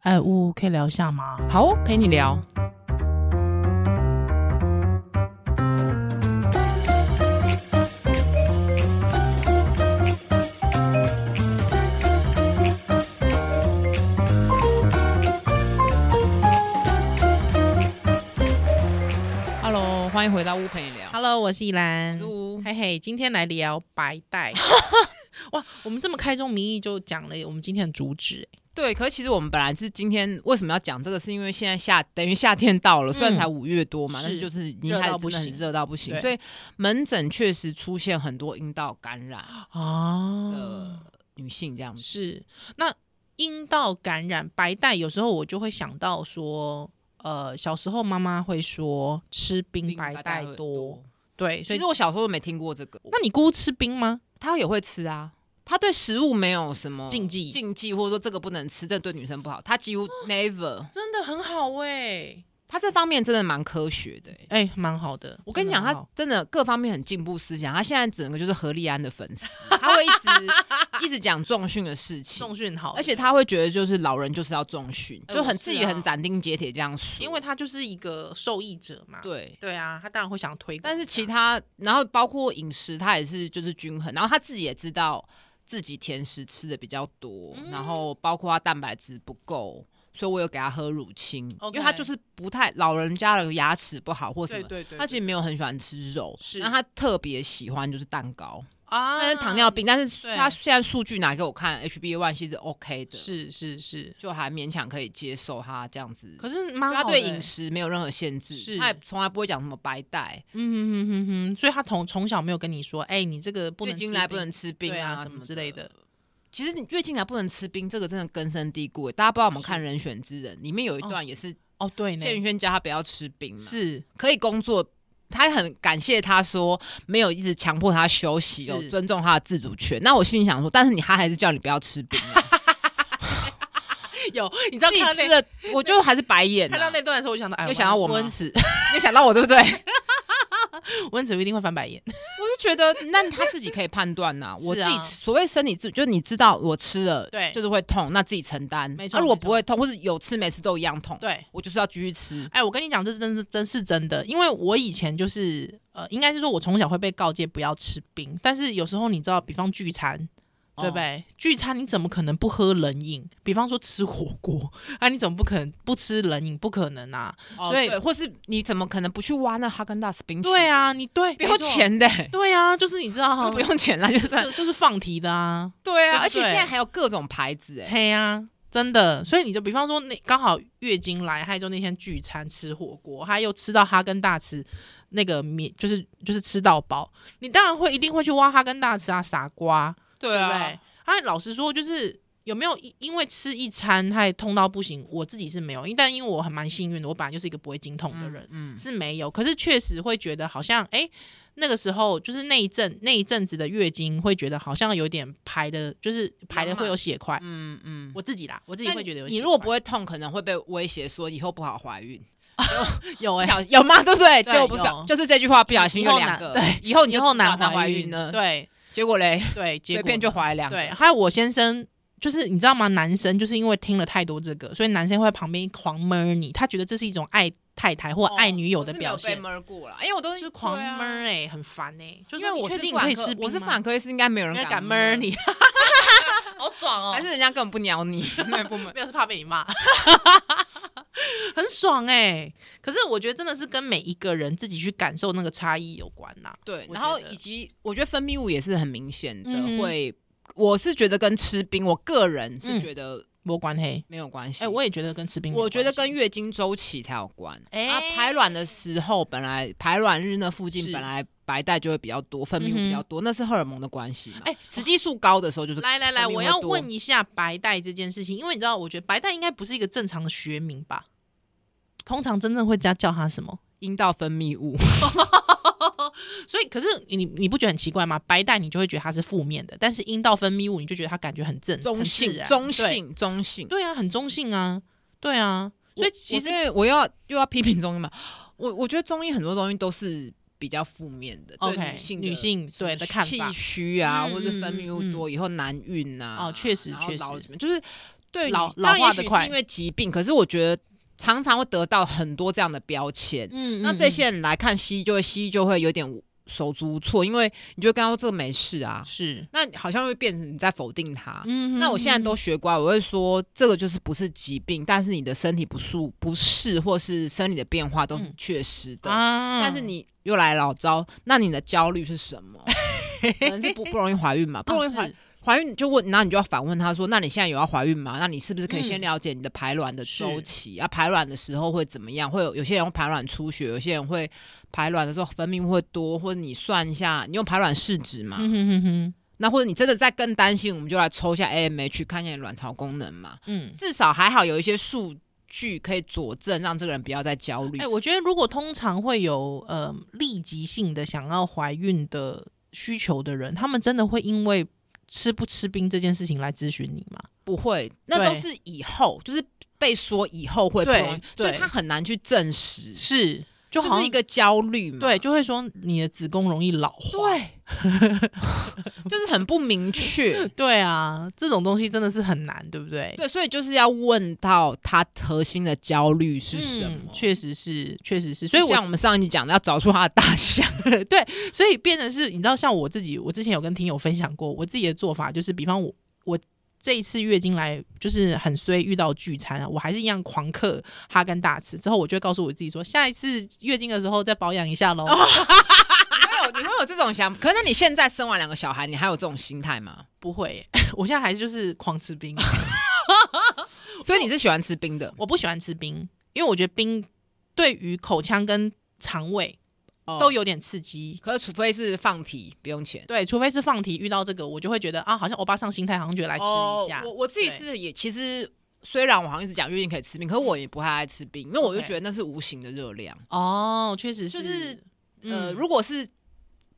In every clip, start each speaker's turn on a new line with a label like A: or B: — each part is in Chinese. A: 哎，呜，可以聊一下吗？
B: 好哦，陪你聊。Hello，欢迎回到屋陪你聊。
A: Hello，我是依兰
B: 我是屋
A: 嘿嘿，今天来聊白 带。哇，我们这么开宗明义就讲了我们今天的主旨、
B: 对，可是其实我们本来是今天为什么要讲这个，是因为现在夏等于夏天到了，虽然才五月多嘛，
A: 嗯是
B: 但是就是已经
A: 热
B: 开始
A: 到不
B: 真的很
A: 行
B: 热到不行，
A: 对
B: 所以门诊确实出现很多阴道感染的
A: 哦，
B: 女性这样子。
A: 是那阴道感染白带，有时候我就会想到说，呃，小时候妈妈会说吃冰白带
B: 会
A: 多，，对，所
B: 其
A: 以
B: 实我小时候没听过这个，
A: 那你姑吃冰吗？
B: 她也会吃啊。她对食物没有什么
A: 禁忌哦
B: 禁忌或者说这个不能吃，这对女生不好。她几乎 never，
A: 真的很好欸喂、
B: 她这方面真的蛮科学的欸、
A: 哎、蛮好的。
B: 我跟你讲，
A: 真的很哦
B: 他
A: 好
B: 真的各方面很进步思想，他现在整个就是何立安的粉丝，他会一 直一直讲重训的事情
A: 重，训好，
B: 而且他会觉得就是老人就是要重训，
A: 呃
B: 就很
A: 我是
B: 自己很
A: 啊
B: 斩钉截铁这样说，
A: 因为他就是一个受益者嘛。
B: 对。
A: 对啊，他当然会想推广这样。
B: 但是其他，然后包括饮食，他也是就是均衡，然后他自己也知道自己甜食吃的比较多，然
A: 嗯
B: 后包括他蛋白质不够，所以我有给他喝乳清，因为他
A: OK
B: 就是不太老人家的牙齿不好或什
A: 对
B: 么，
A: 对对，
B: 他其实没有很喜欢吃肉，
A: 是
B: 那他特别喜欢就是蛋糕，
A: 啊
B: 但是糖尿病，但是
A: 对
B: 他现在数据拿给我看，HbA1 c 是 OK 的，
A: 是是是，
B: 就还勉强可以接受他这样子。
A: 可是
B: 所
A: 妈
B: 以他对饮，食没有任何限
A: 是
B: 制，他也从来不会讲什么白带，
A: 嗯哼哼哼哼，所以他从从小没有跟你说，哎、你这个不
B: 月
A: 能
B: 经
A: 吃
B: 来
A: 冰
B: 不能吃冰
A: 对啊
B: 什
A: 什么之类的。
B: 其实你月经来不能吃冰，这个真的根深蒂固。大家不知道我们
A: 是
B: 看《人选之人》，里面有一段也是
A: 哦，对呢
B: 谢，云轩教他不要吃冰嘛，
A: 是
B: 可以工作，他很感谢他说没有一直强迫他休息，
A: 是
B: 有尊重他的自主权。那我心里想说，但是你他还是叫你不要吃冰、啊，
A: 有， 你知道
B: 自
A: 看到
B: 己吃
A: 那
B: 了，我就还是白眼、啊。
A: 看到那段的时候，我就想到，哎，
B: 又想到我吗
A: 温子，
B: 没想到我，对不对？我
A: 温子一定会翻白眼，
B: 就觉得，那他自己可以判断 呐、我
A: 是
B: 自
A: 啊
B: 己吃所谓身体自，就是你知道我吃了，
A: 对
B: 就是会痛，那自己承担。
A: 没错
B: 那如果
A: 没错
B: 不会痛，或是有吃没吃都一样痛，
A: 对。
B: 我就是要继续吃。
A: 哎，我跟你讲，这真是真是真的，因为我以前就是呃，应该是说我从小会被告诫不要吃冰，但是有时候你知道，比方聚餐，对不
B: 哦？
A: 对？聚餐你怎么可能不喝冷饮？比方说吃火锅，啊，你怎么不可能不吃冷饮？不可能啊！
B: 哦
A: 所以
B: 对或是你怎么可能不去挖那哈根达斯冰淇淋？
A: 对，啊，你对
B: 不用，钱的、
A: 没错对啊，就是你知道，
B: 不用钱啦，就是
A: 就就是放题的啊，
B: 对
A: 对
B: 啊，
A: 不
B: 而且
A: 对
B: 现在还有各种牌子哎、
A: 嘿啊。真的，所以你就比方说那刚好月经来，还就那天聚餐吃火锅，还又吃到哈根达斯那个米，就是就是吃到饱，你当然会一定会去挖哈根达斯啊，傻瓜，
B: 对
A: 对不对？啊，老实说，就是有没有因因为吃一餐还痛到不行？我自己是没有，因但因为我很蛮幸运的，我本来就是一个不会经痛的人，
B: 嗯，
A: 是没有。可是确实会觉得好像，哎、那个时候就是那一阵那一阵子的月经，会觉得好像有点排的，就是排的会有血块。
B: 嗯嗯，
A: 我自己啦，我自
B: 自
A: 己会觉得有血块。
B: 你如果不会痛，可能会被威胁说以后不好怀孕，
A: 有哎、
B: 不小有吗？对不对？
A: 对
B: 就不小
A: 有
B: 就是这句话不小心
A: 以
B: 有
A: 后
B: 两
A: 难
B: 个，
A: 对，
B: 以后 你
A: 以
B: 就
A: 后
B: 知道
A: 难
B: 她
A: 怀
B: 孕呢，，
A: 对
B: 结果嘞，
A: 对，结
B: 随
A: 果
B: 便就怀两个，
A: 对，还有我先生。就是你知道吗？男生就是因为听了太多这个，所以男生会在旁边狂闷你，他觉得这是一种爱太太或
B: 哦，
A: 爱女友的表
B: 我是没有
A: 现，
B: 被闷过了，因为我都
A: 就是狂闷
B: 对啊。
A: 哎、很烦哎、就是
B: 因为
A: 说你
B: 我
A: 确
B: 是
A: 定
B: 妇
A: 可以
B: 产科
A: 吃冰
B: 我是
A: 吗
B: 妇产科医师，应该没有
A: 没
B: 人
A: 人敢
B: 闷
A: 闷， 你，好爽哦
B: 还是人家根本不鸟 你那部门。
A: 没有是怕被你骂， 很爽哎、可是我觉得真的是跟每一个人自己去感受那个差异有关啦、
B: 对，
A: 我
B: 然
A: 觉
B: 后
A: 得
B: 以及我觉得分泌物也是很明显的，
A: 嗯哼
B: 会我是觉得跟吃冰，我个人是
A: 嗯
B: 觉得
A: 没关黑，
B: 没有关系。
A: 哎、我也觉得跟吃冰没
B: 我觉得
A: 关系
B: 跟月经周期才有关。
A: 哎
B: 啊，排卵的时候，本来排卵日那附
A: 是
B: 近本来白带就会比较多，分泌
A: 嗯
B: 物
A: 哼
B: 比较多，那是荷尔蒙的关系嘛。
A: 哎
B: 雌激素高的时候就是
A: 来来来，
B: 分泌
A: 我
B: 会
A: 要
B: 多
A: 问一下白带这件事情，因为你知道，我觉得白带应该不是一个正常的学名吧？通常真正会叫叫它什么？
B: 阴道分泌物，
A: 所以，可是你你不觉得很奇怪吗？白带你就会觉得它是负面的，但是阴道分泌物你就觉得它感觉很正
B: 中
A: 很自
B: 性
A: 然
B: 中性中性
A: 啊对，。对啊，很中性啊，对啊，所以其实
B: 我我要又要批评中医嘛，我我觉得中医很多东西都是比较负面的对
A: OK，
B: 女性
A: 女性
B: 什么
A: 对的看法
B: 气虚啊，
A: 嗯
B: 或是分泌
A: 嗯嗯
B: 物多以后难孕啊，
A: 哦确实
B: 然后
A: 确实
B: 老了怎么样就是对
A: 老
B: 当然
A: 老化
B: 也
A: 得
B: 许
A: 快
B: 是因为疾病，可是我觉得常常会得到很多这样的标签。
A: 嗯
B: 那这些人来看西医，就会西医就会有点手足无措，因为你就跟他说这个没事啊，
A: 是，
B: 那好像会变成你在否定他。
A: 嗯
B: 啊那我现在都学乖，我会说这个就是不是疾病，但是你的身体不适不适或是生理的变化都是
A: 嗯
B: 确实的。
A: 啊
B: 但是你又来老招，那你的焦虑是什么？可能是不不容易怀孕嘛，不容易怀
A: 啊哦是
B: 怀孕就问，然后你就要反问他说：“那你现在有要怀孕吗？那你是不是可以
A: 嗯
B: 先了解你的排卵的周
A: 是
B: 期？啊，排卵的时候会怎么样？会有有些人会排卵出血，有些人会排卵的时候分泌物会多，或者你算一下，你用排卵试纸嘛？
A: 嗯哼哼哼，
B: 那或者你真的在更担心，我们就来抽一下 AMH 看一下你卵巢功能嘛。
A: 嗯。
B: 至少还好有一些数据可以佐证，让这个人不要再焦虑。
A: 哎、我觉得如果通常会有呃立即性的想要怀孕的需求的人，他们真的会因为吃不吃冰这件事情来咨询你吗？
B: 不会，那
A: 对
B: 都是以后，就是被说以后会不
A: 对
B: 容易，所以
A: 对
B: 他很难去证实，
A: 是，就
B: 就
A: 好
B: 是
A: 像
B: 一个焦虑嘛。
A: 对，就会说你的子宫容易老化。
B: 对， 就是很不明 确。
A: 对啊，这种东西真的是很难，对不对？
B: 对，所以就是要问到他核心的焦虑是什么
A: 嗯。确实是，确实是，所
B: 所
A: 以
B: 以
A: 我
B: 像我们上一集讲的，要找出他的大象。
A: 所以变成是，你知道，像我自己，我之前有跟听友分享过，我自己的做法就是，比方我我这一次月经来就是很衰，遇到聚餐啊，我还是一样狂嗑哈根达斯，之后我就会告诉我自己说，下一次月经的时候再保养一下喽。
B: 哦你会有你会有这种想法？可是那你现在生完两个小孩，你还有这种心态吗？
A: 不会， 我现在还是就是狂吃冰，
B: 所以你是喜欢吃冰的，
A: 我不喜欢吃冰，因为我觉得冰对于口腔跟肠胃
B: 都
A: 都
B: 有。
A: 有点刺激。
B: 可是除非是放题，不用钱。
A: 对，除非是放题遇到这个，我就会觉得啊，好像欧巴上心态，好像觉得来吃一下。
B: 哦、我我自己
A: 对
B: 是也其实。虽然我好像一直讲月经可以吃冰，可是我也不太爱吃冰，因为我就
A: OK
B: 觉得那是无形的热量。
A: 哦，确实嗯
B: 就是是，呃，如果是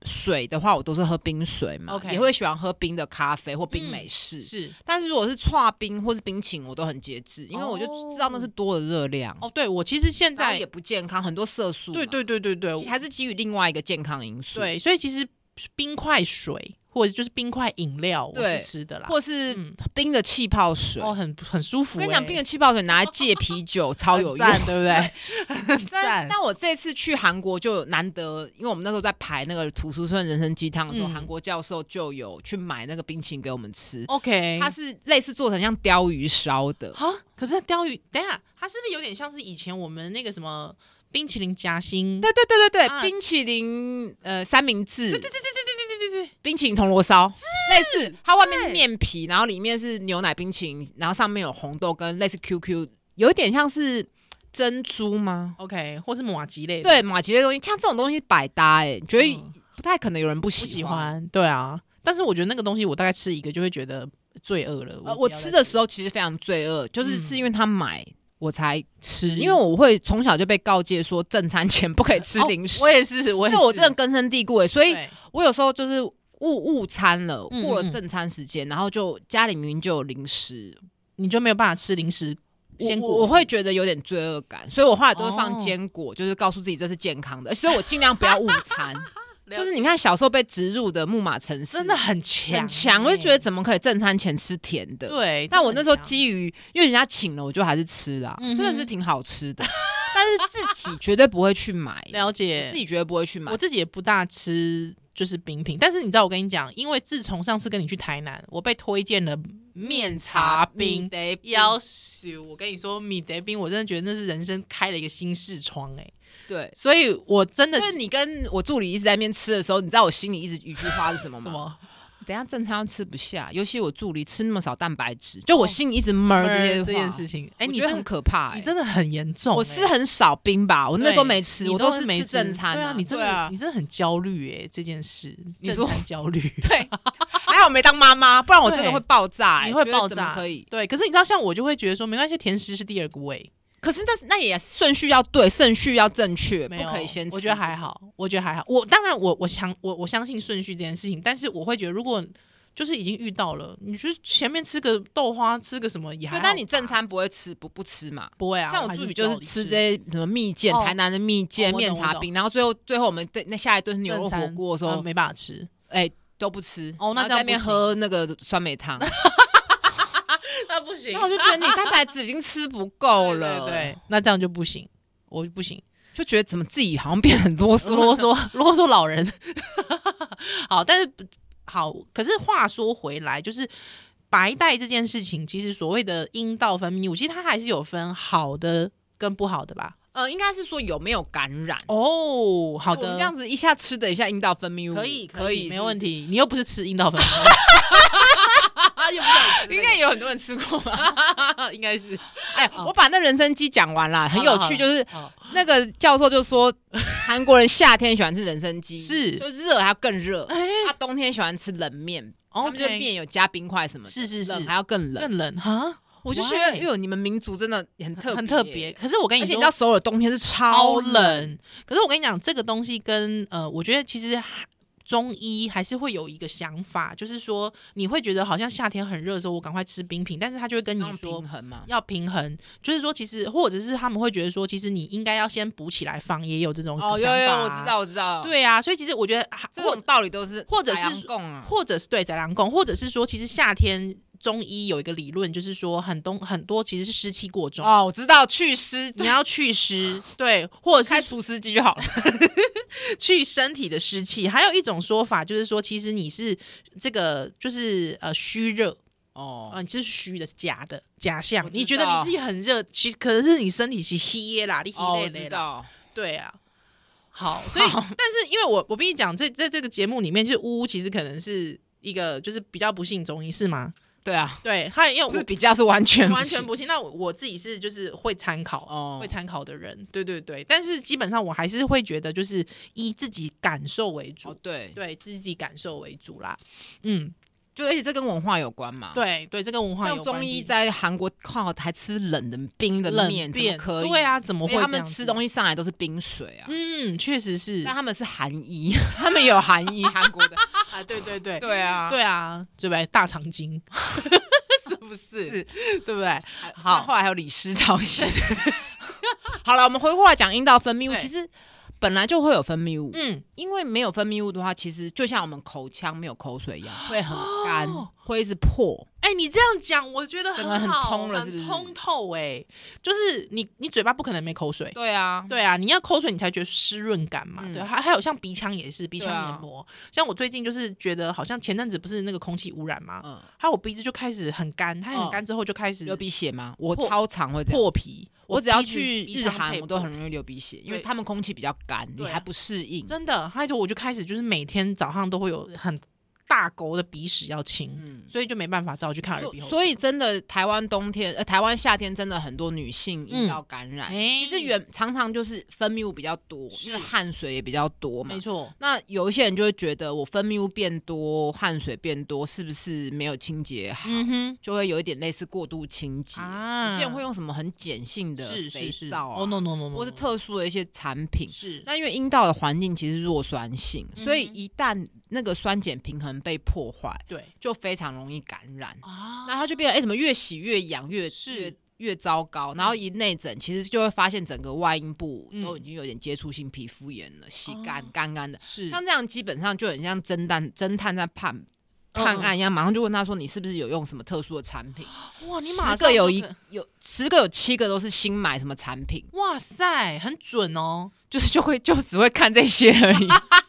B: 水的话，我都是喝冰水嘛
A: OK
B: 也会喜欢喝冰的咖啡或冰美式。
A: 是
B: 但是如果是串冰或是冰淇淋，我都很节制，因为我就知道那是多的热量，
A: 哦，对我其实现
B: 然后
A: 在
B: 也不健康，很多色素嘛。
A: 对对对对对
B: 其实还是基于另外一个健康因素。，
A: 对，所以其实冰块水或者就是冰块饮料，我
B: 对
A: 是吃的啦。
B: 或是
A: 嗯
B: 冰的气泡水。
A: 哦，很很舒服
B: 我
A: 欸。
B: 跟你讲，冰的气泡水拿来戒啤 酒超有
A: 很
B: 用
A: 赞，对不对？
B: 但
A: 赞
B: 但我这次去韩国就有难得，因为我们那时候在排那个土俗村人参鸡汤的时候，
A: 嗯
B: 韩、国教授就有去买那个冰淇淋给我们吃。
A: OK，
B: 它是类似做成像鲷鱼烧的，
A: 啊，可是鲷鱼，等一下，它是不是有点像是以前我们那个什么冰淇淋夹心？
B: 对对对对对，
A: 啊
B: 冰淇淋呃三明治，
A: 对对对对对对对对对，
B: 冰淇淋铜锣烧，类似它外面是
A: 对
B: 面皮，然后里面是牛奶冰淇淋，然后上面有红豆跟类似 QQ，有点像是珍珠吗？
A: OK，或是马吉类的，
B: 对，马吉的东西，像这种东西百搭哎、欸，觉得
A: 嗯
B: 不太可能有人不
A: 不
B: 喜
A: 喜
B: 欢。
A: 欢，对啊。但是我觉得那个东西，我大概吃一个就会觉得罪恶了。
B: 呃，
A: 不
B: 我
A: 要
B: 吃
A: 再
B: 的时候其实非常罪恶，就是
A: 嗯
B: 是因为他买我才吃，
A: 吃
B: 因为我会从小就被告诫说正餐前不可以吃
A: 哦
B: 零食，
A: 我也是，我也
B: 这
A: 是，
B: 我真的根深蒂固欸所以
A: 对
B: 我有时候就是误误餐了，
A: 嗯
B: 过
A: 嗯
B: 了
A: 嗯
B: 正餐时间，然后就家里明明就有零食，
A: 你就没有办法吃零食。
B: 我
A: 先
B: 我我会觉得有点罪恶感，所以我后来都会放
A: 哦
B: 坚果，就是告诉自己这是健康的，所以我尽量不要误餐。
A: 了
B: 就是你看小时候被植入的木马城市，
A: 真的很强、欸
B: 很强，我就觉得怎么可以正餐前吃甜的？
A: 对。
B: 但我那时候
A: 真的很强
B: 基于因为人家请了，我就还是吃啦，
A: 嗯哼
B: 真的是挺好吃的。但是自己绝对不会去买，
A: 了
B: 我自
A: 解，
B: 己绝对不会去买
A: 我。自己也不大吃就是冰品，但是你知道我跟你讲，因为自从上次跟你去台南，我被推荐了面茶
B: 米
A: 冰。
B: 得冰
A: 要死！我跟你说，米德冰，我真的觉得那是人生开了一个新视窗哎、
B: 对。
A: 所以我真的
B: 就是你跟我助理一直在那边吃的时候，你知道我心里一直一句话 是什么吗？
A: 什么
B: 等一下正餐又吃不下，尤其我助理吃那么少蛋白质，就我心里一直哦闷这些
A: 这
B: 话
A: 件事，情，哎、
B: 我
A: 你
B: 觉得
A: 真的
B: 很可怕、欸。
A: 你真的很严重欸、
B: 我吃很少冰吧，我那
A: 对
B: 都没吃，
A: 你
B: 我
A: 都
B: 是
A: 没
B: 吃正餐、
A: 对啊，你真的、
B: 对啊
A: 你真的很焦虑哎、这件事，
B: 你
A: 正
B: 说
A: 餐焦虑。
B: 对，还好没当妈妈，不然我真的
A: 对
B: 会爆炸、欸，
A: 你会
B: 觉得
A: 爆
B: 怎么
A: 炸，
B: 可以。
A: 对，可是你知道，像我就会觉得说，没关系，甜食是第二个味，
B: 可是那是那也顺序要对，顺序要正确，
A: 没
B: 不
A: 有
B: 可以先吃。
A: 我觉得还好，我觉得还好。我当然我我相我我相信顺序这件事情，但是我会觉得，如果就是已经遇到了，你就是前面吃个豆花，吃个什么也还
B: 对
A: 好，吧。
B: 但你正餐不会吃，不不吃嘛。
A: 不会啊？
B: 像
A: 我
B: 我
A: 还
B: 助理
A: 照
B: 就是
A: 理
B: 吃这些什么蜜饯，
A: 哦
B: 台南的蜜饯、
A: 哦我懂
B: 面
A: 我
B: 茶
A: 懂
B: 冰，然后最后最后我们对那下一顿牛肉
A: 正
B: 火
A: 餐
B: 锅的时
A: 啊
B: 候，
A: 没办法吃，
B: 哎、都不吃。
A: 哦那
B: 然
A: 这
B: 后
A: 样
B: 在那边
A: 不行
B: 喝那个酸梅汤，
A: 那不行
B: 然后我就觉得你蛋白质已经吃不够了，
A: 对对，那这样就不行，我就不行，
B: 就觉得怎么自己好像变很 啰嗦，
A: 啰嗦啰嗦老人。 好，但是好，可是话说回来，就是白带这件事情，其实所谓的阴道分泌物，其实它还是有分好的跟不好的吧？
B: 呃，应该是说有没有感染？
A: 哦，好
B: 我们
A: 的
B: 这，样子一下吃的，一下阴道分泌物，
A: 可以
B: 可
A: 以，没问。
B: 是
A: 题。你又不是吃阴道分泌
B: 不是应该也有很多人吃过吧？
A: 物，应该是
B: 哎，
A: 好
B: 我把那人参鸡讲完啦，很有趣，就是
A: 好
B: 那个教授就说，韩国人夏天喜欢吃人参鸡，
A: 是
B: 就热还要更热，
A: 哎
B: 他冬天喜欢吃冷面，他们就
A: ，OK，
B: 面有加冰块什么的，
A: 是是是
B: 冷还要更冷。
A: 更冷哈，
B: 我就觉得，哎
A: Why？
B: 呦，你们民族真的很特
A: 很特
B: 耶
A: 别。，可是我跟
B: 而
A: 你
B: 且
A: 说
B: 你知道，首尔冬天是超
A: 超
B: 冷，
A: 冷。可是我跟你讲，这个东西跟呃，我觉得其实还中医还是会有一个想法，就是说你会觉得好像夏天很热的时候，我赶快吃冰品，但是他就会跟你
B: 这样
A: 说
B: 平。衡嘛？
A: 要平衡，就是说，其实或者是他们会觉得说，其实你应该要先补起来放，也有这种想法、
B: 哦，有有，有我知。道，我知道，，
A: 对啊，所以其实我觉得，啊
B: 这
A: 或
B: 种道理都是
A: 或者是
B: 海洋共啊，
A: 或者是对宅狼共，或者是说，其实夏天中医有一个理论，就是说很多很多其实是湿气过重，
B: 哦，我哦知道，祛湿，
A: 你要去湿，对，或者是
B: 开除湿机就好了。
A: 去身体的湿气。还有一种说法就是说，其实你是这个就是呃虚热
B: 哦
A: 啊，你是虚的，是假的假象
B: 我。知道
A: 你觉得你自己很热，其实可能是你身体是黑啦，你
B: 哦，
A: 黑
B: 我
A: 累累
B: 知
A: 啦。
B: 道，
A: 对啊。好，所以但是因为我我跟你讲，在在这个节目里面，就是呜呜其实可能是一个就是比较不信中医是吗？
B: 对啊，
A: 对，他因
B: 不是
A: 为
B: 比较是完全
A: 我完全
B: 不
A: 不信。那我我自己是就是会参考
B: 行哦
A: 会，参考的人，对对对。但是基本上我还是会觉得就是以自己感受为主
B: 哦，对，
A: 对自己感受为主啦。嗯，
B: 就而且这跟文化有关嘛，。
A: 对对，这跟文化有
B: 像中
A: 关
B: 医
A: 系
B: 在韩国靠还吃冷的冰的
A: 冷
B: 面，怎么
A: 变
B: 可以？
A: 对，啊，怎么
B: 因
A: 会
B: 为他们吃东
A: 西？
B: 西上来都是冰水啊。
A: 嗯，确实是
B: 但他们是韩医， 他们有韩医，韩国的。
A: 啊， 对对 对
B: 对啊，
A: 对啊，对不对？大肠经是不是？
B: 是
A: 对不对？
B: 好，后来还有李 氏朝鲜。 好了，我们回过来讲阴道分泌物，
A: 对
B: 其实本来就会有分泌物，
A: 嗯，
B: 因为没有分泌物的话，其实就像我们口腔没有口水一样，会很干，
A: 哦
B: 会一直破。
A: 哎、你这样讲，我觉得
B: 整个
A: 很
B: 很
A: 好
B: 通了
A: 很
B: 是不是
A: 通透哎、就是你你嘴巴不可能没口水。
B: 对啊，
A: 对啊，你要口水你才觉得湿润感嘛。
B: 嗯
A: 对，还还有像鼻腔也是，鼻腔
B: 对啊
A: 黏膜。像我最近就是觉得，好像前阵子不是那个空气污染吗？
B: 嗯，
A: 还有我鼻子就开始很干，它很干之后就开始
B: 流鼻血吗？我
A: 破
B: 超常会这样。
A: 破皮。
B: 我只要
A: 鼻子
B: 去
A: 鼻
B: 日
A: 腔
B: 韩，
A: 配
B: 我都
A: 破
B: 很容易流鼻血，因为
A: 对
B: 他们空气比较干，你
A: 对啊
B: 还不适应。
A: 真的。还有就我就开始就是每天早上都会有很大沟的鼻屎要清，
B: 嗯，
A: 所以就没办法，只好去看耳鼻
B: 所
A: 喉。
B: 所以真的，台湾冬天呃，台湾夏天真的很多女性阴道感染，
A: 嗯
B: 其实原常常就是分泌物比较多，
A: 是
B: 因为汗水也比较多嘛
A: 没。错，
B: 那有一些人就会觉得，我分泌物变多，汗水变多，是不是没有清洁好？
A: 嗯
B: 就会有一点类似过度清洁。
A: 啊
B: 有些人会用什么很碱性的
A: 是
B: 肥
A: 是是，
B: 皂啊，
A: 哦 no no no no，
B: 或是特殊的一些产品。
A: 是
B: 那因为阴道的环境其实弱酸性，
A: 嗯哼
B: 所以一旦那个酸碱平衡被破坏，
A: 对
B: 就非常容易感染。
A: 啊，
B: 那它就变成哎、怎么越洗越痒，越
A: 是
B: 越越糟糕。然后一内诊，其实就会发现整个外阴部
A: 嗯
B: 都已经有点接触性皮肤炎了，洗干
A: 哦
B: 干干的。
A: 是
B: 像这样基本上就很像侦探侦探在判
A: 嗯
B: 判案一样，马上就问他说你是不是有用什么特殊的产品？
A: 哇，你马上
B: 十个有
A: 就
B: 一
A: 可
B: 有十个有七个都是新买什么产品，
A: 哇塞，很准哦，
B: 就是就会就只会看这些而 已。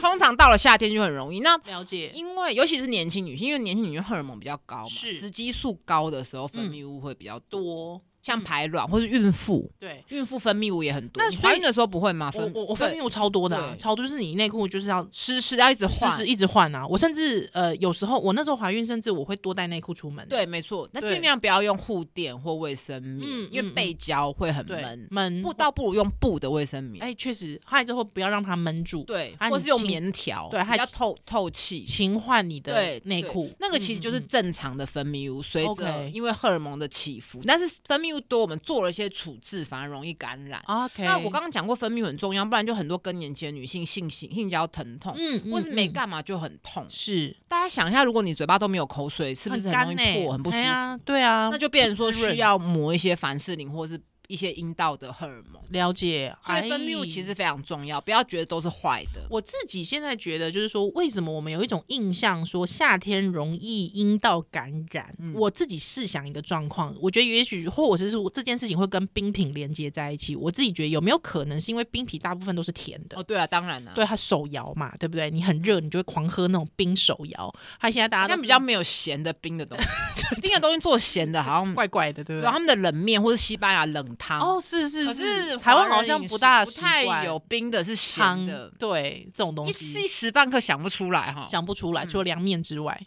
B: 通常到了夏天就很容易，那
A: 了解
B: 因为尤其是年轻女性，因为年轻女性荷尔蒙比较高嘛，
A: 是
B: 雌激素高的时候分
A: 嗯
B: 泌物会比较多，
A: 多
B: 像排卵或是孕妇，
A: 对。
B: 孕妇分泌物也很多。
A: 那
B: 你
A: 所以
B: 怀孕的时候不会吗？
A: 我
B: 分
A: 我我分
B: 对
A: 泌物超多的、啊，
B: 对
A: 超多就是你内裤就是要
B: 湿湿的要一直
A: 是
B: 换，
A: 是一直换啊。我甚至呃，有时候我那时候怀孕，甚至我会多带内裤出门。
B: 对，没错。那
A: 对
B: 尽量不要用护垫或卫生棉，
A: 嗯
B: 因为
A: 嗯
B: 背胶会很
A: 对
B: 闷，。
A: 闷
B: 不，倒不如用布的卫生棉，
A: 哎，确实，害之后不要让它闷住，
B: 对，
A: 啊
B: 或
A: 你
B: 是用
A: 清
B: 棉条，
A: 对
B: 比
A: 还
B: 较透透气。
A: 勤换你的
B: 对
A: 内
B: 对
A: 裤。
B: 那个其实就是
A: 嗯嗯嗯
B: 正常的分泌物，随着
A: OK
B: 因为荷尔蒙的起伏，但是分泌物多，我们做了一些处置，反而容易感染。
A: 嗯 OK。
B: 那我刚刚讲过，分泌物很重要，不然就很多更年期的女性性性性交疼痛，
A: 嗯，嗯
B: 或是没
A: 嗯
B: 干嘛就很痛。
A: 是
B: 大家想一下，如果你嘴巴都没有口水，是不是
A: 很
B: 很容
A: 干
B: 易
A: 呢
B: 破，很不舒
A: 哎
B: 服？
A: 呀对啊，
B: 那就变成说
A: 不滋润
B: 需要抹一些凡士林或是一些阴道的荷尔蒙。
A: 了解，
B: 所以分泌物
A: 哎
B: 其实非常重要，不要觉得都是坏的。
A: 我自己现在觉得，就是说，为什么我们有一种印象说夏天容易阴道感染？
B: 嗯
A: 我自己试想一个状况，我觉得也许或者是我这件事情会跟冰品连接在一起。我自己觉得有没有可能是因为冰皮大部分都是甜的？
B: 哦，对啊，当然啦、啊，
A: 对它手摇嘛，对不对？你很热，你就会狂喝那种冰手摇。它现在大家
B: 他
A: 啊都
B: 比较没有咸的冰的 东西，冰的东西做咸的，好像
A: 怪怪的，对不
B: 然后
A: 对？
B: 他嗯们的冷面或是西班牙冷汤。
A: 哦，是是
B: 可是
A: 台湾
B: 华
A: 好
B: 人
A: 像
B: 饮
A: 不
B: 食
A: 大
B: 不
A: 习
B: 太
A: 惯
B: 有冰的是咸
A: 汤
B: 的，，
A: 对这种东
B: 一时
A: 西
B: 一时半刻嗯想不出来哈。
A: 想不出来，除了凉面之外，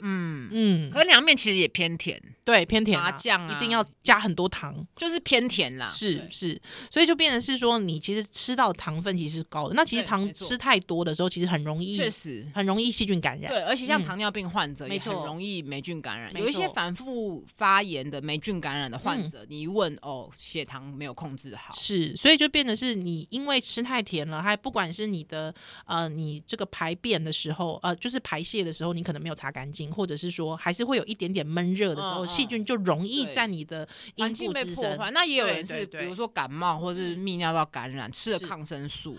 B: 嗯，
A: 嗯
B: 可，是凉面其实也偏甜，
A: 对，偏甜
B: 麻酱
A: 一
B: 啊
A: 定要加很多糖。
B: 就是偏甜啦。
A: 是
B: 对
A: 是，所以就变成是说，你其实吃到的糖分其实是高的。那其实
B: 对
A: 糖
B: 没错
A: 吃太多的时候，其实很容易
B: 确实。
A: 很容易细菌感染。
B: 对，而且
A: 嗯
B: 像糖尿病患者
A: 没
B: 也很
A: 错
B: 容易霉菌感染，
A: 没
B: 有一些
A: 错
B: 反复发炎的霉菌感染的患
A: 嗯
B: 者，你一问哦，血糖没有控制好，
A: 是，所以就变成是你因为吃太甜了，还不管是你的呃，你这个排便的时候，呃，就是排泄的时候，你可能没有擦干净，或者是说还是会有一点点闷热的时候，
B: 嗯
A: 细
B: 嗯
A: 菌就容易
B: 对
A: 在你的
B: 环
A: 阴
B: 境
A: 部
B: 被
A: 滋
B: 破
A: 生。
B: 坏。那也有
A: 对
B: 人
A: 对
B: 是，比
A: 对
B: 如说感冒或是泌尿道感染，吃了
A: 是
B: 抗生素，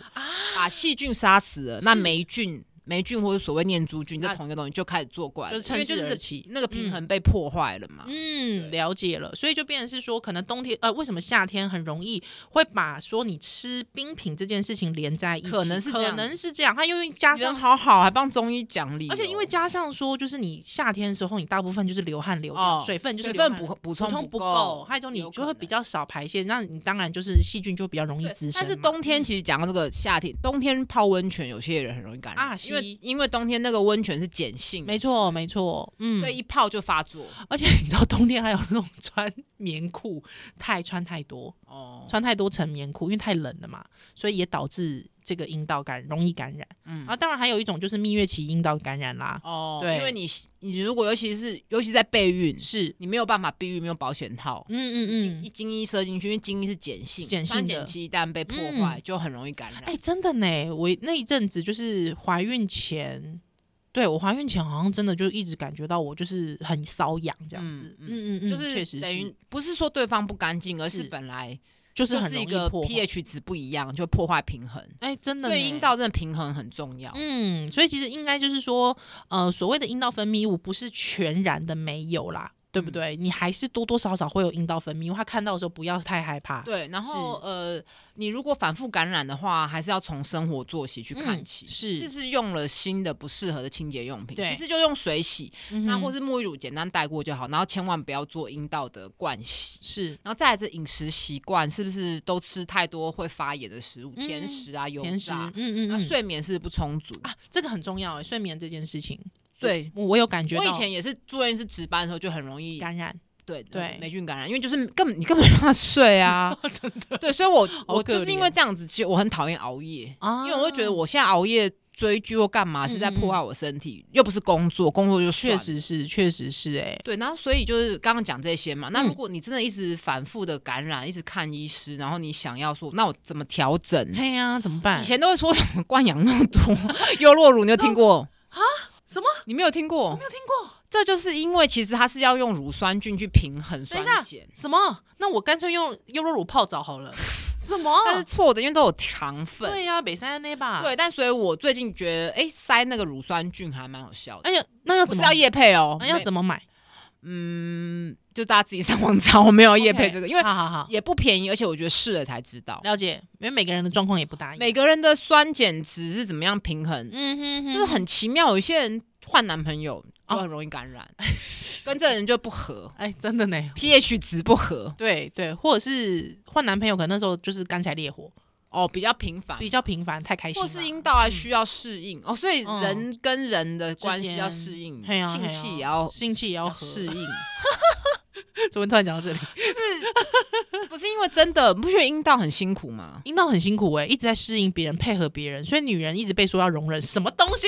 B: 把细菌杀死了，那
A: 是
B: 霉菌。霉菌或者所谓念珠菌，这
A: 啊
B: 同一个东西就开始做怪了，
A: 就是
B: 因为
A: 趁势
B: 就是
A: 而起
B: 那个平
A: 嗯
B: 衡被破坏了嘛。
A: 嗯，了解了，所以就变成是说，可能冬天呃，为什么夏天很容易会把说你吃冰品这件事情连在一起？
B: 可能是这
A: 可
B: 样
A: 能是这样，它因为加
B: 人
A: 上，
B: 好好，还帮中医讲理由，
A: 而
B: 哦
A: 且因为加上说，就是你夏天的时候，你大部分就是流汗流掉，
B: 哦
A: 水分就是
B: 水
A: 流
B: 分
A: 汗
B: 补补
A: 补
B: 充
A: 充不
B: 够
A: 够，，还有一种你
B: 有
A: 就
B: 可
A: 会
B: 能
A: 比较少排泄，那你当然就是细菌就比较容易
B: 对
A: 滋生
B: 但
A: 嘛。
B: 是冬天其实讲到这个夏天，冬天泡温泉，有些人很容易感染
A: 啊
B: 因为
A: 西
B: 因为冬天那个温泉是碱性，
A: 没，错没错，嗯，
B: 所以一泡就发 作。
A: 而且你知道冬天还有那种穿棉裤太穿太多，
B: 哦，
A: 穿太多层棉裤，因为太冷了嘛，所以也导致这个阴道感容易感染。
B: 嗯
A: 啊，当然还有一种就是蜜月期阴道感染啦，
B: 哦，
A: 对
B: 因为你你如果尤其是尤其在备孕，
A: 是，
B: 你没有办法避孕，没有保险套。
A: 嗯
B: 精一，精一射进去，因为精一是碱性，
A: 碱性
B: 酸
A: 的嗯
B: 碱期一旦被破坏，就很容易感染。
A: 哎、真的呢，我那一阵子就是怀孕前。对我怀孕前好像真的就一直感觉到我就是很瘙痒这样子，
B: 嗯
A: 嗯嗯嗯，
B: 就
A: 确实
B: 是等于
A: 是
B: 不是说对方不干净，而是
A: 是
B: 本来
A: 就是很
B: 是
A: 容
B: 一
A: 易
B: 个
A: 破坏
B: pH 值不一样，就破坏平衡。
A: 哎、真的
B: 对
A: 呢
B: 阴道真的平衡很重要。
A: 嗯，所以其实应该就是说，呃，所谓的阴道分泌物不是全然的没有啦，对不
B: 嗯
A: 对？你还是多多少少会有阴道分泌物，他看到的时候不要太害怕。
B: 对，然后呃，你如果反复感染的话，还是要从生活作息去看
A: 嗯
B: 起，
A: 是
B: 是不是用了新的不适合的清洁用品？
A: 对
B: 其实就用水洗，
A: 嗯哼，
B: 那或是沐浴乳简单带过就好，然后千万不要做阴道的灌洗。
A: 是
B: 然后再来这饮食习惯，是不是都吃太多会发炎的食物，
A: 嗯
B: 甜食啊、油
A: 甜食，
B: 炸
A: 嗯？嗯
B: 那
A: 嗯，
B: 睡眠是不是不充足？
A: 啊，这个很重要哎，睡眠这件事情，
B: 对
A: 我我有感觉
B: 我
A: 到
B: 以前也是住院是值班的时候就很容易
A: 感染，
B: 对
A: 对
B: 霉菌感染，因为就是根本你根本没办法睡 啊，对，所以我我
A: 可
B: 就是因为
A: 怜
B: 这样子，其实我很讨厌熬夜，
A: 啊
B: 因为我会觉得我现在熬夜追剧或干嘛是在
A: 嗯嗯嗯
B: 破坏我身体，又不是工作，工作就算
A: 确
B: 了。
A: 实是，确实是哎，
B: 对，然后所以就是刚刚讲这些嘛。那
A: 嗯
B: 如果你真的一直反复的感染，一直看医师，然后你想要说，那我怎么调整？
A: 嘿呀，怎么办
B: 嗯以？前都会说什么灌羊肉多、优酪乳，你有听过
A: 啊？什么？
B: 你没有听过？
A: 没有听过
B: 这就是因为其实它是要用乳酸菌去平衡
A: 等
B: 酸
A: 一下哦
B: 碱，
A: 什么？那我干脆用优酪乳泡澡好了。什 么？
B: 它是错的，因为都有糖分。
A: 对啊呀，北山那吧？，
B: 对，但所以我最近觉得，哎、塞那个乳酸菌还蛮有效的。
A: 哎呀，那要
B: 不
A: 怎
B: 是
A: 么哎
B: 要？叶配哦，
A: 那要
B: 没
A: 怎么买？
B: 嗯，就大家自己上网 找，我没有叶配
A: OK，
B: 这个，因为
A: 好好好，
B: 也不便宜，而且我觉得试了才知道
A: 了解，因为每个人的状况也不大一样。
B: 每个人的酸碱值是怎么样平衡，
A: 嗯哼哼
B: 就是很奇妙。有些人换男朋友就
A: 哦
B: 很容易感染， 跟这个人就不合
A: 哎，真的呢。
B: ，pH 值不合
A: 对对，或者是换男朋友，可能那时候就是干柴烈火，
B: 哦，比较频繁。
A: 比较频繁，太开心
B: 或
A: 了。
B: 是阴道还需要适应、哦，所以人跟人的关
A: 之
B: 系
A: 间
B: 要适应，
A: 嘿啊
B: 性
A: 嘿啊
B: 气也要
A: 性气也要合
B: 适 应，
A: 怎么突然讲到这里？
B: 不是因为真的，不觉得阴道很辛苦吗？
A: 阴道很辛苦哎、一直在适应别人，配合别人，所以女人一直被说要容忍什么东西？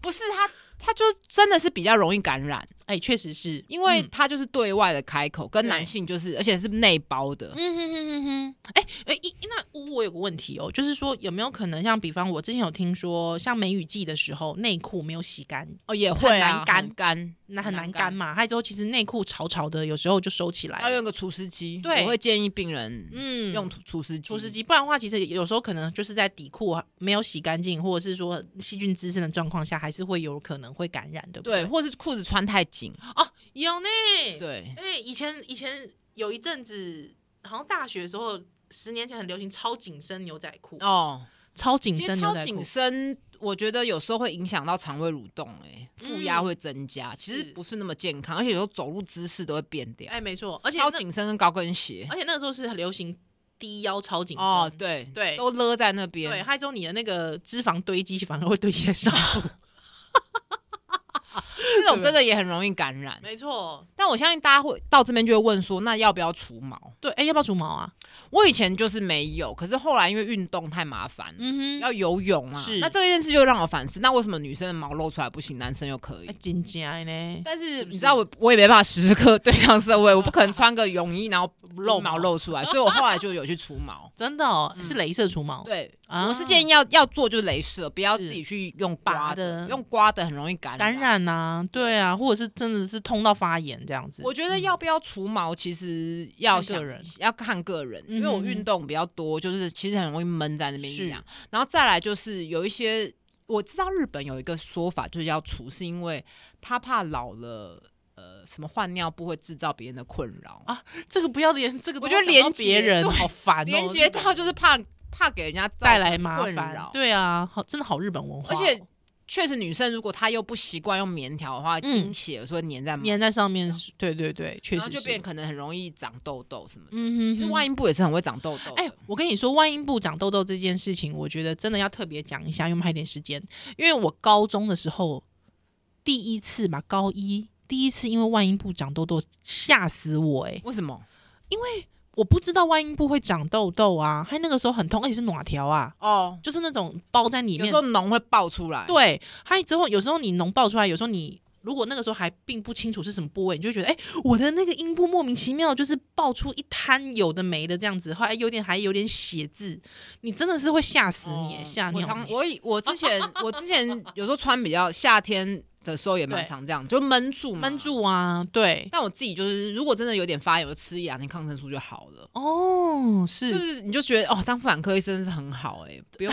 B: 不是他，他就真的是比较容易感染，
A: 哎，确实是
B: 因为
A: 嗯
B: 他就是对外的开口，跟
A: 对
B: 男性就是，而且是内包的，
A: 嗯哼哼哼哼，哎、哎、一那我有个问题哦，就是说有没有可能像比方我之前有听说，像梅雨季的时候内裤没有洗干，
B: 哦，也会啊，
A: 很难干
B: 很干，
A: 那很难干。嘛。还有之后其实内裤潮潮的，有时候就收起来
B: 要
A: 了。
B: 用个除湿机，
A: 对
B: 我会建议病人
A: 嗯，
B: 用除除湿机。
A: 除湿，机，不然的话，其实有时候可能就是在底裤啊没有洗干净，或者是说细菌滋生的状况下，还是会有可能会感染，对不
B: 对，
A: 对？
B: 或是裤子穿太紧，
A: 有呢。
B: 对，
A: 哎、以前以前有一阵子，好像大学的时候，十年前很流行超紧身牛仔裤，
B: 哦，
A: 超紧
B: 其实
A: 身牛
B: 超
A: 仔裤
B: 紧。身，我觉得有时候会影响到肠胃蠕动、哎，负压
A: 嗯
B: 会增加，其实
A: 是
B: 不是那么健康，而且有时候走路姿势都会变掉。
A: 哎、没错，而且
B: 超
A: 那
B: 紧身跟高跟鞋，
A: 而且那个时候是很流行低腰超紧身。
B: 哦，对
A: 对
B: 都勒在那边，
A: 对，害之后你的那个脂肪堆积反而会堆积在上部，
B: 这种真的也很容易感染。
A: 没错，
B: 但我相信大家会到这边就会问说，那要不要除毛？
A: 对，哎、要不要除毛啊？
B: 我以前就是没有，可是后来因为运动太麻烦，
A: 嗯哼，
B: 要游泳啊
A: 是，
B: 那这件事就让我反思，那为什么女生的毛露出来不行，男生又可以
A: 哎？紧夹呢？
B: 但是
A: 不
B: 你
A: 是
B: 知道我我也没办法时时刻刻对抗社会，我不 可能穿个泳衣然后露毛露出来，所以我后来就有去除毛。
A: 真的哦，
B: 嗯
A: 是镭射除毛，
B: 对，
A: 啊
B: 我是建议要要做就是镭射，不要
A: 是
B: 自己去用
A: 拔
B: 刮
A: 的
B: 的，用刮的很容易感
A: 感染呐、啊，对啊，或者是真的是痛到发炎这样子。嗯
B: 我觉得要不要除毛，其实要
A: 看个
B: 想
A: 人
B: 要看个人，因为
A: 嗯
B: 我
A: 哼
B: 运动比较多，就是其实很容易闷在那边
A: 是
B: 痒。然后再来就是有一些，我知道日本有一个说法，就是要除，是因为他怕老了，呃，什么换尿布会制造别人的困扰，
A: 啊这个不要连这个都
B: 我
A: 要
B: 觉得
A: 想到
B: 连接
A: 别人
B: 对
A: 好烦哦，
B: 连接到就是怕怕给人家造
A: 带来
B: 成
A: 麻
B: 困
A: 烦
B: 扰，。
A: 对啊，好，真的好日本文化哦、
B: 而且确实，女生如果她又不习惯用棉条的话，
A: 嗯
B: 经血有时候会粘在毛，
A: 粘在上面是，对对对，确
B: 嗯然
A: 实
B: 后
A: 是
B: 就变可能很容易长痘痘什么的。
A: 嗯哼哼，
B: 其实外阴部也是很会长痘痘的。
A: 哎、我跟你说，外阴部长痘痘这件事情，我觉得真的要特别讲一下，因为我们还有点时间。因为我高中的时候第一次嘛，高一第一次因为外阴部长痘痘，吓死我哎、
B: 为什么？
A: 我不知道外阴部会长痘痘啊，还那个时候很痛，而且是暖条啊，
B: 哦，
A: 就是那种包在里
B: 有
A: 面
B: 时候。脓会爆出来。，
A: 对，还有之后有时候你脓爆出来，有时候你。如果那个时候还并不清楚是什么部位，你就会觉得，哎、我的那个阴部莫名其妙就是爆出一滩有的没的这样子，后来有点还有点血渍，你真的是会吓死你，吓、
B: 哦我
A: 尿
B: 常
A: 你。
B: 我以我之前我之前有时候穿比较夏天的时候也蛮
A: 对
B: 常这样，就嗯闷住嘛
A: 闷。住啊，对，
B: 但我自己就是，如果真的有点发炎，我就吃一两天抗生素就好了。
A: 哦，
B: 就是是你就觉得哦，当妇产科医生是很好哎、不用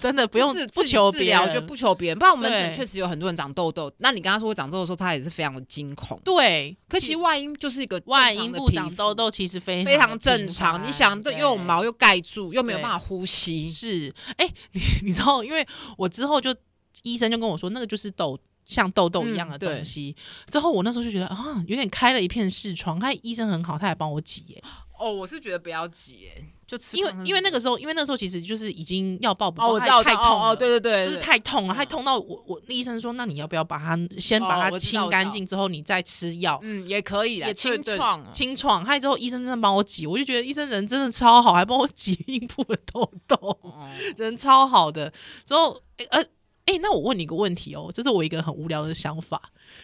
A: 真的不用
B: 自
A: 不
B: 自己
A: 求
B: 治
A: 别
B: 疗
A: 人，
B: 就不求别人。不然我们
A: 对
B: 诊确实有很多人长痘痘，那你跟他说我长痘痘的时候，他也是非常的惊恐。
A: 对。
B: 可其实外阴就是一个正
A: 外
B: 常
A: 阴
B: 的
A: 部
B: 皮
A: 长
B: 肤
A: 痘痘其实非
B: 非
A: 常
B: 常
A: 的
B: 正
A: 平
B: 常，
A: 凡
B: 你想都又有毛又盖住，又没有
A: 对
B: 办法呼吸，
A: 是，哎、你你 知道，因为我之后就医生就跟我说，那个就是痘，像痘痘一样的
B: 嗯对
A: 东西。之后我那时候就觉得啊，有点开了一片视窗。他医生很好，他还帮我挤耶、
B: 哦，我是觉得不要急耶，就吃
A: 因为
B: 抗生素
A: 因为那个时候，因为那时候其实就是已经要爆不
B: 哦，
A: 爆
B: 我知
A: 太
B: 道，我知
A: 太
B: 道
A: 痛
B: 哦
A: 了
B: 哦，对对对，
A: 就是
B: 对
A: 太痛了，
B: 嗯
A: 还痛到我我医生说，那你要不要把它先
B: 哦
A: 把它
B: 我知道
A: 清
B: 我知
A: 干
B: 道
A: 净之后，你再吃药。
B: 嗯，也可以啦，
A: 也对
B: 清
A: 对
B: 创啊，
A: 清创，害之后医生真的帮我挤，我就觉得医生人真的超好，还帮我挤阴部的痘痘。
B: 哦
A: 人超好的。之后，诶呃，哎、那我问你一个问题哦，这是我一个很无聊的想法，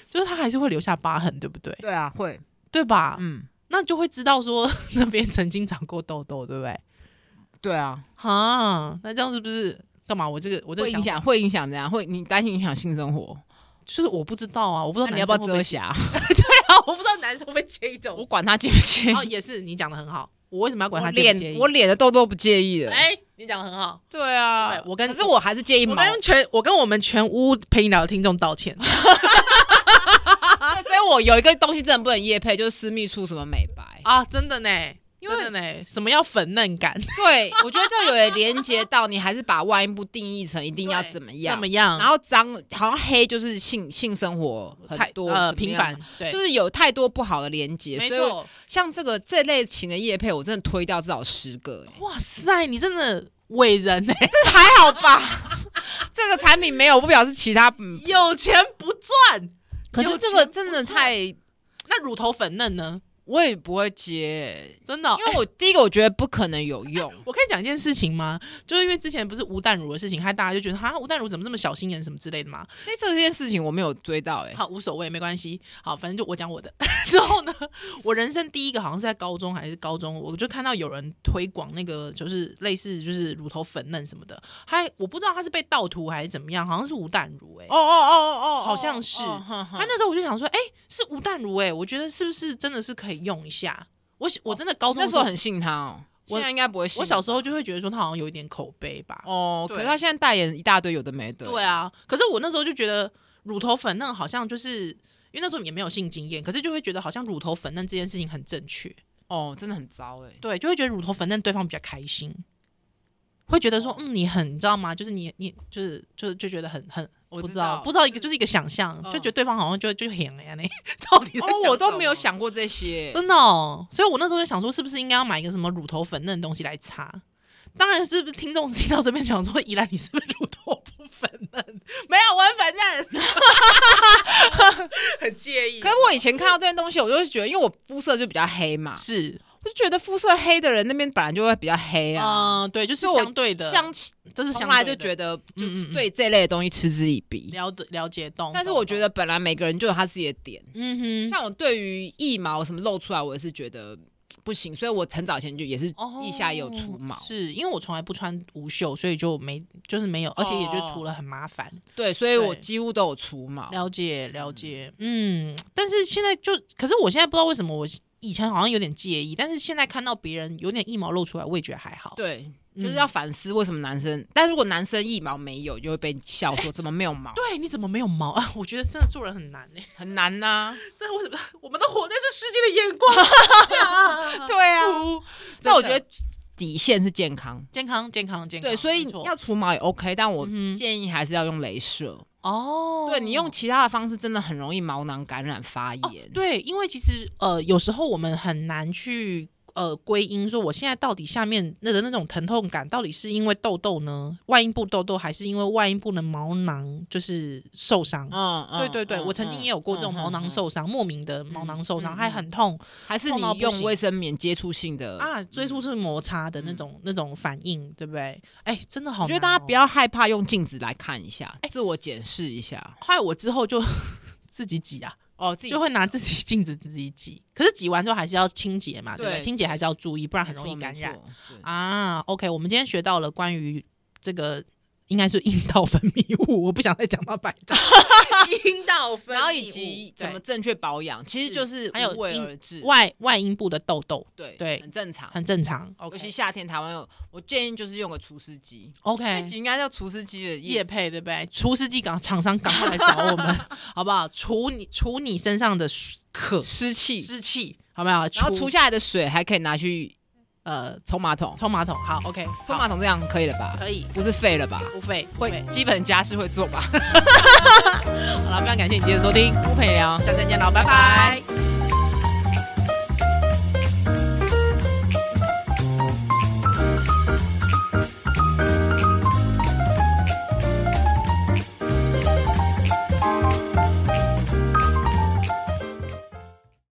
A: 就是它还是会留下疤痕，对不对？
B: 对啊，会，
A: 对吧？
B: 嗯，
A: 那就会知道说 那边曾经长过痘痘，对不对？
B: 对啊，
A: 哈，那这样是不是干嘛？我这个我这个
B: 会
A: 想
B: 影
A: 法
B: 响，会影响怎样？会你担心影响性生活？
A: 就是我不知道啊，我不知
B: 那
A: 道
B: 你
A: 男
B: 要
A: 生
B: 不
A: 会不
B: 要遮
A: 会
B: 瑕？
A: 啊？ 我不知道男生会不会介意这
B: 我
A: 种。
B: 管他介不介意
A: 哦，，也是你讲的很好，我为什么要管
B: 我
A: 他介不介
B: 脸
A: 意？
B: 我脸的痘痘不介意的，
A: 哎、你讲的很好，
B: 对啊
A: 对，我跟
B: 可是我还是介意
A: 我
B: 毛，
A: 跟全我跟我们全屋陪你聊的听众道 歉。
B: 对所以我有一个东西真的不能夜配，就是私密处什么美白。
A: 啊，真的呢，
B: 因为
A: 真的呢，什么要粉嫩感，
B: 对，我觉得这有也连接到你还是把外阴部定义成一定要
A: 对
B: 怎么样
A: 怎么，样？
B: 然后脏好像黑就是性性生活很
A: 太
B: 多
A: 呃
B: 怎么
A: 频
B: 样
A: 繁，对，
B: 就是有太多不好的连接，
A: 没
B: 所以我
A: 错。
B: 像这个这类型的叶配，我真的推掉至少十个、欸，
A: 哇塞，你真的伟人欸呢，
B: 这还好吧？ 这个产品没有，不表示其他。嗯，
A: 有钱不赚。
B: 可是
A: 有
B: 这个
A: 钱
B: 真
A: 不
B: 的
A: 赚
B: 太
A: 那乳头粉嫩呢？
B: 我也不会接，
A: 真的哦、哦
B: 因为我第一个我觉得不可能有 用，
A: 我可以讲一件事情吗？就是因为之前不是吴淡如的事情，害大家就觉得哈吴淡如怎么这么小心眼什么之类的嘛。
B: 哎，这件事情我没有追到哎、
A: 好，无所谓，没关系。好，反正就我讲我的。 之后呢，我人生第一个好像是在高中还是高中，我就看到有人推广那个就是类似就是乳头粉嫩什么的，还我不知道他是被盗图还是怎么样，好像是吴淡如哎、欸。
B: 哦哦哦哦
A: 好像是
B: 他
A: 他那时候我就想说，哎、是吴淡如哎、我觉得是不是真的是可以用一下？我喜我真的高中
B: 那
A: 的
B: 时候很信他哦，
A: 我
B: 现在应该不会信他。
A: 我小时候就会觉得说他好像有一点口碑吧。
B: 哦，可
A: 对
B: 是他现在代言一大堆有的没的。
A: 对啊，可是我那时候就觉得乳头粉嫩好像就是因为那时候也没有性经验，可是就会觉得好像乳头粉嫩这件事情很正确，
B: 哦，真的很糟哎、
A: 对，就会觉得乳头粉嫩对方比较开心，会觉
B: 哦
A: 得说嗯你很你知道吗？就是你你就是就就觉得很很。
B: 我
A: 不
B: 知
A: 知道，哦
B: 道
A: 不知道一个就是一个想象，
B: 嗯
A: 就觉得对方好像就就很哎呀那 到底在
B: 哦，我都
A: 什
B: 没有
A: 么
B: 想过这些。
A: 真的哦，所以我那时候就想说，是不是应该要买一个什么乳头粉嫩的东西来擦？当然是不是听众听到这边想说，依兰你是不是乳头不粉嫩？没有，我很粉嫩， 很介意
B: 可是我以前看到这些东西，我就会觉得，因为我肤色就比较黑嘛，
A: 是，
B: 我就觉得肤色黑的人那边本来就会比较黑
A: 嗯、
B: 啊。
A: 对，就是
B: 所以我
A: 相对的，
B: 像
A: 这是
B: 从
A: 相
B: 来
A: 对
B: 就
A: 的
B: 觉得，就
A: 嗯嗯
B: 是
A: 嗯
B: 对这类的东西嗤之以鼻。
A: 了得了解懂，
B: 但是
A: 懂
B: 我觉，得，本来每个人就有他自己的点。
A: 懂嗯哼，
B: 像我对于腋毛什么露出来，我也是觉得嗯不行，所以我很早前就也是腋下也有出毛。
A: 哦是因为我从来不穿无袖，所以就没就是没
B: 哦
A: 有，而且也就除了很麻烦。
B: 对，所以我
A: 对
B: 几乎都有除毛。
A: 了解了解，嗯，但是现在就，可是我现在不知道为什么我以前好像有点介意，但是现在看到别人有点一毛露出来，我也觉得还好。
B: 对，
A: 嗯
B: 就是要反思为什么男生，但如果男生一毛没有，就会被笑说怎么没有毛，
A: 对，你怎么没有毛 啊？我觉得真的做人很难 呢、
B: 很难呐、
A: 这为什么我们都活在这世界的眼光 下？
B: 对啊，
A: 哭
B: 那我
A: 真的
B: 觉得底线是健康。
A: 健康健康健康，
B: 对，所以
A: 没错
B: 要除毛也 OK，但我
A: 嗯哼
B: 建议还是要用镭射。
A: 哦，
B: 对你用其他的方式，真的很容易毛囊感染发
A: 哦
B: 炎。
A: 对，因为其实呃，有时候我们很难去呃归因，说我现在到底下面那的那种疼痛感，到底是因为痘痘呢，外阴部痘痘，还是因为外阴部的毛囊就是受伤？
B: 嗯，嗯
A: 对对对，我曾经也有过这种毛囊，
B: 嗯嗯嗯
A: 受伤，莫名的毛囊受伤，
B: 嗯嗯
A: 还很痛
B: 嗯还是
A: 痛
B: 你
A: 到不
B: 用
A: 行
B: 卫生棉接触性的。
A: 啊，最初是摩擦的那
B: 嗯
A: 种那种反应，对不对？哎，真的好，哎
B: 我觉得大家不。要害怕用镜子来看一下，自我检视一下。
A: 后来我之后就 自己挤啊，
B: 哦，自己
A: 就会哦拿自己镜子自己挤，可是挤完之后还是要清洁嘛，对不对？
B: 对
A: 清洁还是要注意，不然很
B: 没
A: 容
B: 错
A: 易感。染
B: 没。错对
A: 啊，OK，我们今天学到了关于这个应该是阴道分泌物，我不想再讲到白道 阴道分
B: 然后以及怎么正确保养，其实
A: 是
B: 就是
A: 还有
B: 无为
A: 因
B: 而治，
A: 外外阴部的痘痘
B: 对
A: 对
B: 很正常。
A: 很正常
B: 尤其
A: ，OK
B: 夏天台湾有，我建议就是用个除湿机，那
A: OK。
B: 集应该叫除湿机的
A: 叶
B: 液。
A: 配对不对？除湿机港厂商赶快来找我们， 好不好？除你除你身上的可
B: 湿气，
A: 湿气，好不好？
B: 然后除下来的水还可以拿去
A: 呃
B: 冲马桶，
A: 冲马桶，好 OK，
B: 冲
A: 好
B: 马桶这样可以了吧？
A: 可以
B: 不是废了吧？
A: 不费不
B: 会
A: 费。
B: 基本家事会做吧？
A: 好了，非常感谢你今天的收听，
B: 不陪聊。
A: 下次再见喽，拜拜